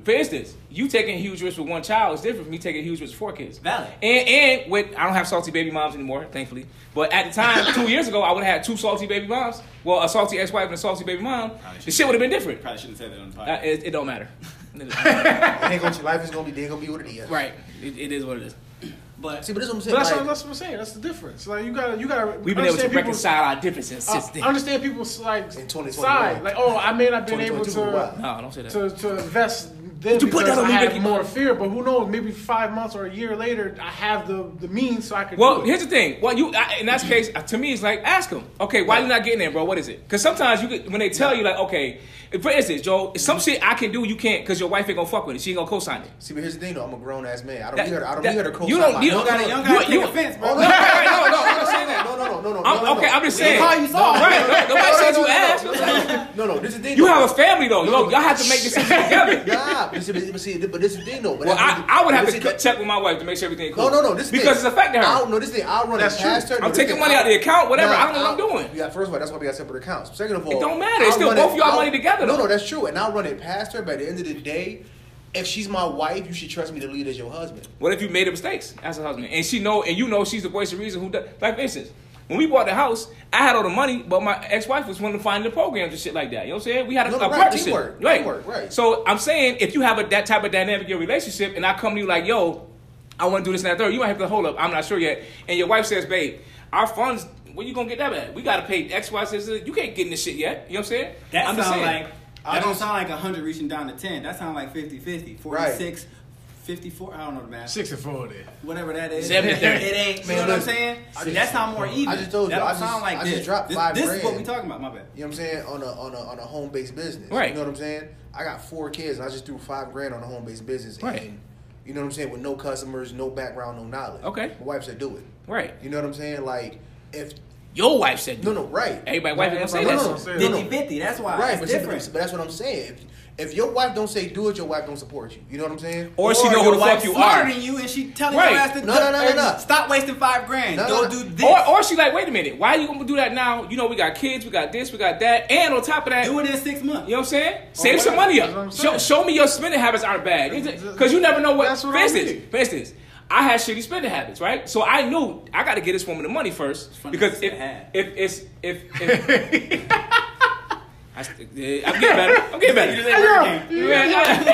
for instance, you taking a huge risk with one child is different from me taking a huge risk with four kids.
Valid.
And and with I don't have salty baby moms anymore, thankfully. But at the time, two years ago, I would have had two salty baby moms. Well, a salty ex-wife and a salty baby mom.
Probably
The shit would have been different.
Probably shouldn't say that on the
Uh,
podcast.
it, it don't matter.
It ain't gonna, your life is gonna be. They gonna be what it is.
right. It, it is what it is.
But
See, but that's what I'm saying.
But that's,
like,
what, that's what I'm saying. That's the difference. Like you gotta, you gotta.
We've been able to
understand people's-
reconcile our differences
I
Uh,
since then.
understand people's like
In 2021.
side. Like, oh, I may not been
2022
able
was
to
wild.
no, Oh, don't say that.
to, to invest then
Would you
because
put that on
I
me,
had
Ricky?
more fear. But who knows? Maybe five months or a year later, I have the the means so I could.
Well,
do it.
here's the thing. Well, you I, in that case, uh, to me, it's like ask them. Okay, why you not getting there, bro? What is it? Because sometimes you could, when they tell you, like, okay, For instance, Joe, some shit I can do you can't because your wife ain't gonna fuck with it. She ain't gonna co-sign it.
See, but here's the thing, though. I'm a grown ass man. I don't
That-
need her. I don't
that-
need her to coach.
you don't- you don't
Got it, young guy,
You-
take
you-
offense,
Oh,
bro.
no, no, no, no, no, I'm not saying that. No, no, no, no, no.
I'm-
no, no,
okay,
no.
I'm just saying.
call you soft.
Right? no- Nobody said you ass.
No, no, no, no, no. This is the thing.
You
though.
have a family though. Yo, y'all have to make decisions together.
Nah, but see, but, but see, but this is the thing though. But
Well,
that's-
I, I would have
but
to
see,
cut- check with my wife to make sure everything cool.
No, no, no. This
because it's
thing,
affecting
I
her.
don't know this thing. I'll run
That's
it
true.
past her.
I'm
This
taking
thing,
money out of the account, whatever. I don't know what I'm
I'll-
doing.
Yeah, first of all, that's why we got separate accounts. Second of all,
It don't matter. It's still
run
both y'all
I'll-
money together,
No,
though.
no, that's true. And I'll run it past her. By the end of the day, if she's my wife, you should trust me to lead as your husband.
What if you made mistakes as a husband, and she know, and you know, she's the voice of reason. Who does? Like for instance, when we bought the house, I had all the money, but my ex-wife was wanting to find the programs and shit like that. You know what I'm saying? We had a,
No,
a
no, right,
partnership,
teamwork,
right?
teamwork, right.
So I'm saying, if you have a, that type of dynamic in your relationship, and I come to you like, "Yo, I want to do this and that," third, you might have to hold up. I'm not sure yet. And your wife says, "Babe, our funds." Where you gonna get that at? We gotta pay X, Y, Z. Z. You can't get in this shit yet. You know what I'm saying?
That
I'm just
sound
saying.
like that don't
just-
sound like 100 reaching down to 10. That sound like 50 50, 46, 54. I don't know the math.
Six and four then.
Whatever that is.
Seven to
it
thirty.
ain't. You
Man,
know what I'm
listen.
saying?
I
See,
just-
that's not more even.
I just told
that
you,
don't
I just-
sound like
I
this.
just dropped
this,
five
this is what
grand.
we talking about. My bad.
You know what I'm saying? On a on a on a home based business.
Right.
You know what I'm saying? I got four kids and I just threw five grand on a home based business.
Right.
And, you know what I'm saying? With no customers, no background, no knowledge.
Okay.
My wife said do it.
right.
You know what I'm saying? Like if
Your wife said
no no right.
Everybody wife ain't gonna say
No,
that.
no,
shit.
no, no,
50 50. That's why.
Right,
it's
but, see, but,
different.
but that's what I'm saying. If, if your wife don't say do it, your wife don't support you. You know what I'm saying?
Or she know
your
who the
wife
fuck you
smarter
are.
than you, and she telling
Right.
your ass to
No, no, no, no, no.
stop wasting five grand.
No,
Go
no, no.
do this.
Or, or she like, wait a minute, why you gonna do that now? You know, we got kids, we got this, we got that, and on top of that,
do it in six months.
you know what I'm saying? Save some money
That's what I'm
up. Show,
saying.
show me your spending habits aren't bad, because you never know what.
That's what
for
I
instance,
mean.
for instance, I had shitty spending habits, right? So I knew I got to get this woman the money first
funny
because
to
if,
have.
if it's if. if I, st- eh, I'm getting better. I'm getting better.
You say
Yo,
every game.
yo, if, if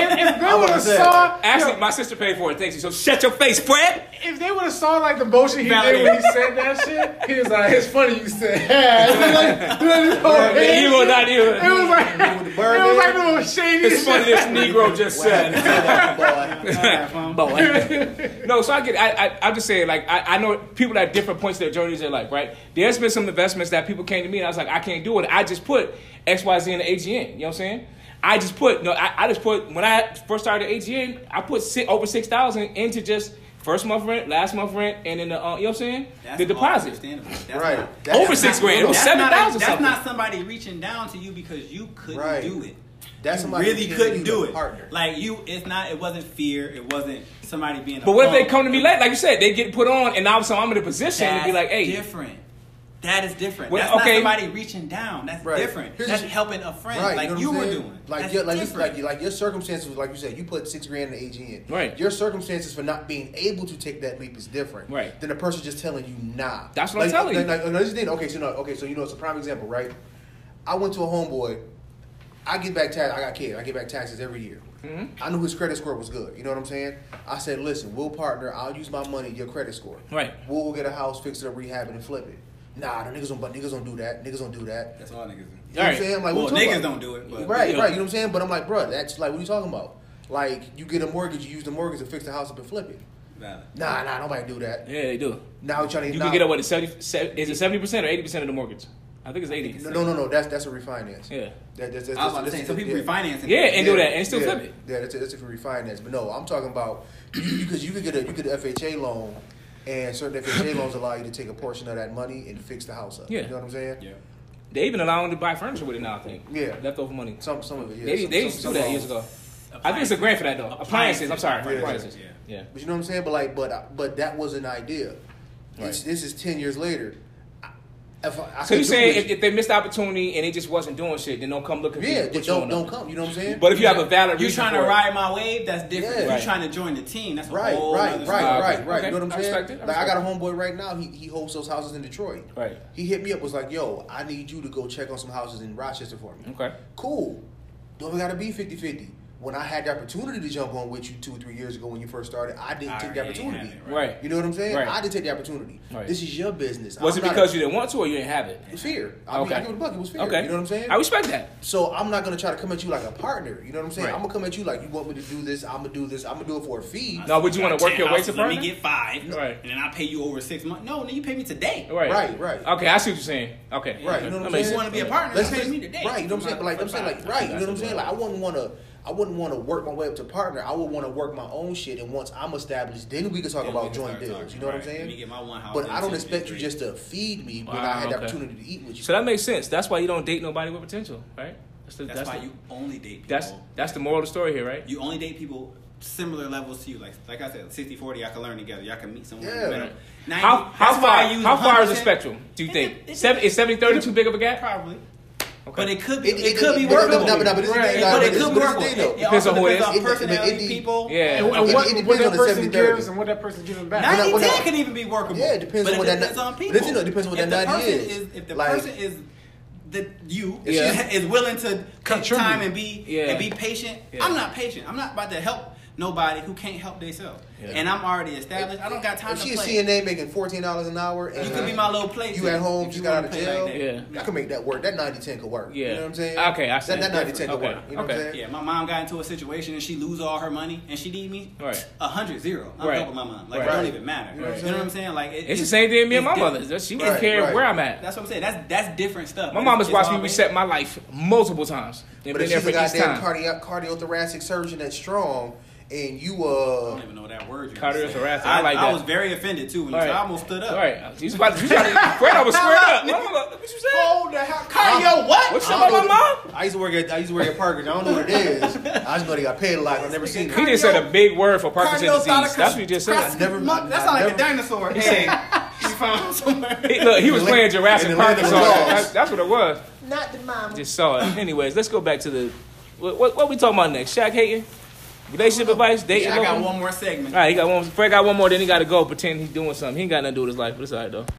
they would have
say
saw,
Actually, my sister paid for it. Thanks you. So shut your face, Fred.
if they would have saw like the bullshit he did when he said that shit, he was like, "It's funny you said." that." like, his whole head.
You will not do
It was like it was like the most shady.
It's funny this Negro just said.
Boy.
Boy. no, so I get. I, I I'm just saying, like I, I know people at different points of their journeys in life, right? There's been some investments that people came to me and I was like, I can't do it. I just put X Y Z in the AGN. You know what I'm saying? I just put no. I, I just put when I first started AGN, I put si over six thousand into just first month rent, last month rent, and then the uh, you know what I'm saying?
That's
the
all
deposit.
understandable. That's
Right.
not-
That's
Over
not-
six grand. It was
That's
seven
not a-
thousand
That's
something.
not somebody reaching down to you because you couldn't
Right.
do it.
That's
you
somebody
really
who
couldn't
can't be
do
your
it.
partner.
Like you, it's not. It wasn't fear. It wasn't somebody being. a
but what if they
punk.
come to me late? Like you said, they get put on, and now so I'm in a position
That's
to be like, hey,
different. That is different.
Well,
that's
okay.
not somebody reaching down. That's
Right.
different.
Here's
that's
the-
helping a friend,
Right,
like
know what
you
I'm
were
saying?
doing.
Like
that's
your, like, you,
different.
like, like your circumstances, like you said, you put six grand in the AGN.
Right.
Your circumstances for not being able to take that leap is different.
Right.
Than a person just telling you nah.
That's what I'm
Like,
telling
like,
you.
Like, like, this thing, okay, so no, okay, so you know it's a prime example, right? I went to a homeboy. I get back tax. I got kids. I get back taxes every year.
Mm-hmm.
I knew his credit score was good. You know what I'm saying? I said, listen, we'll partner. I'll use my money, your credit score.
Right.
We'll get a house, fix it up, rehab it, and flip it. Nah, the niggas don't. But niggas don't do that. Niggas don't do that.
that's all niggas. do.
You know what
Right.
I'm saying? Like,
Well,
what you talking
niggas
about?
don't do it. But
Right,
Yeah.
right. You know what I'm saying? But I'm like, bruh, that's like, what are you talking about? Like, you get a mortgage, you use the mortgage to fix the house up and flip it.
Valid.
Nah, nah, nobody do that.
yeah, they do.
Now you're trying to
You
nah.
can get away with seventy. se- Is it seventy percent or eighty percent of the mortgage? I think it's eighty.
No, no, no, no. That's that's a refinance.
Yeah.
That, that's, that's,
I was about to say,
that's-
so people
yeah.
refinancing.
Yeah, and do
Yeah,
that and still
yeah,
flip it.
Yeah, that's, that's if you refinance. But no, I'm talking about because you, could get a you could get an FHA loan, and certain FHA loans allow you to take a portion of that money and fix the house up.
Yeah.
you know what I'm saying?
Yeah.
They even allow them to buy furniture with it now. I think.
Yeah.
Leftover money.
Some some of it. Yeah,
they
some,
they
some-
used to
some
do that
loans.
years ago. I think it's a grant for that though. Appliances. I'm sorry.
Yeah.
Appliances.
Yeah.
Yeah.
But you know what I'm saying? But like, but but that was an idea. It's, this is ten years later. I, if I, I
So you
could do
saying
this-
if, if they missed the opportunity and they just wasn't doing shit, then don't come looking. for you,
yeah,
put
then
you on
don't don't
nothing.
come. You know what I'm saying?
But if you have a valid
You
reason
trying to
for it-
ride my wave? That's different.
Yeah.
You
Right.
trying to join the team? Oh, That's a
Right,
whole
right,
nother
right,
story.
right,
Okay,
right. You know what
I
I'm saying?
respect it, I
like I got a
respect
homeboy right now. He he holds those houses in Detroit.
Right.
He hit me up was like, "Yo, I need you to go check on some houses in Rochester for me."
Okay.
Cool. Don't we gotta be 50-50. when I had the opportunity to jump on with you two or three years ago when you first started, I didn't
I
take the
already
opportunity.
had it,
Right.
You know what I'm saying?
Right.
I didn't take the opportunity.
Right.
This is your business.
Was
I'm
it
not-
because you didn't want to or you didn't have it?
It was fear. I mean, I give it a buck. It was fear.
Okay.
You know what I'm saying?
I respect that.
So I'm not gonna try to come at you like a partner. You know what I'm saying?
Right.
I'm gonna come at you like you want me to do this. I'm gonna do this. I'm gonna do it for a fee.
No, would you
I
want
got
to work
10
your way to
houses, Let me
partner?
get five,
Right.
and then I pay you over six months. No, then you pay me today.
Right.
Right, right.
Okay, I see what you're saying. Okay.
Right,
Okay.
you know what
That
I'm
makes
You
saying?
want to
sense.
be a partner?
Let's
you pay
face-
me today.
Right, you know what I'm saying? But like I'm saying, like right, you know what I'm saying? Like I wouldn't want to, I wouldn't want to work my way up to partner. I would want to work my own shit, and once I'm established, then we can talk
Then we
about
can
joint
start
deals.
talking,
You know what I'm
right. Let me
saying?
get my one house
But
and
I don't
two,
expect you
three.
just to feed me when
Wow,
I had the
okay.
opportunity to eat with you.
So that makes sense. That's why you don't date nobody with potential, right? That's the,
That's, why
the,
you only date people.
That's that's the moral of the story here, right?
you only date people similar levels to you. Like like I said, 60, 40, y'all can learn together. Y'all can meet someone in
Yeah.
the middle. 90,
How how
that's why I
far
use
how far is the
100%.
spectrum? Do you
It-
think
it- it-
seven, is 70 30 too big of a gap?
Probably.
Okay.
But it could be
It,
it, could be workable.
But, no, but, no, but this is the
Right.
thing,
But
like,
but it
this-
could be
this is
workable. It,
the thing, though.
it
Depends
also
on who it
depends
is.
on
It- it- it-
personality,
it-
people.
Yeah.
And,
Okay.
and
It
what,
depends
what
on
that
the
person
70-30.
gives and what that person gives back.
We're not- we're
90
not-
can even be workable.
Yeah, it depends
But
on what
it
that
depends
nut-
on people.
but it's, you know, it depends on what
if the
that nut
person
is.
If the
Like-
person is the you if
Yeah.
she is willing to take
Contribute.
time and be
Yeah.
and be patient.
Yeah.
I'm not patient. I'm not about to help nobody who can't help themselves.
Yeah.
And I'm already established. I don't got time
If
to
she a
play.
CNA making fourteen dollars an hour, and
You could be my little play.
You at home, just got out of jail.
Yeah.
I can make that work. That 90-10 could work.
Yeah.
You know what I'm saying?
Okay, I see.
That, that 90-10 could
Okay,
work. You know what
okay.
I'm saying?
Yeah, my mom got into a situation and she lose all her money and she need me
Right.
a hundred zero. I'm
Right.
helping my mom. Like
Right.
it don't even matter. You know,
Right.
what I'm saying? Like it-
It's the same thing as me and my
it's
mother.
di-
She wouldn't
Right,
care
right.
where I'm at.
That's what I'm saying. That's that's different stuff.
My
It's-
mom has
it's
watched
all
me
bad.
reset my life multiple times. And
But
been
if
there
she's
for
a
each
goddamn
time.
cardio, cardiothoracic surgeon that's strong, and you
I
uh,
don't even know that word. you
Cardiothoracic,
said.
I like that.
was very offended too when you
All
said-
right.
I almost stood up.
All right. You was about to, you trying to Fred, I was squared up. What, what, what you said?
the hell,
Cardio what?
What you said
I
about
don't
my
know-
mom?
I used to work at I used to work at Parkers. I don't know what it is. I just know they got paid a lot. I've never seen it.
He just said a big word for Parkinson's
Cardiothoracic-
disease. That's what he just
I
said.
never.
Look, that
I
sound like a
never-
dinosaur. Hey, you found somewhere.
He, look, he was
In
playing
the la- in
Jurassic
the land
Park. That's,
of the lost.
that's, that's what it was.
Not the mom.
Just saw it. Anyways, let's go back to the what what, what we talking about next? Shaq hating, relationship advice, dating.
Yeah, I got
All
one more segment.
right, he got one. Fred got one more. Then he got to go pretend he's doing something. He ain't got nothing to do with his life, but it's all right though.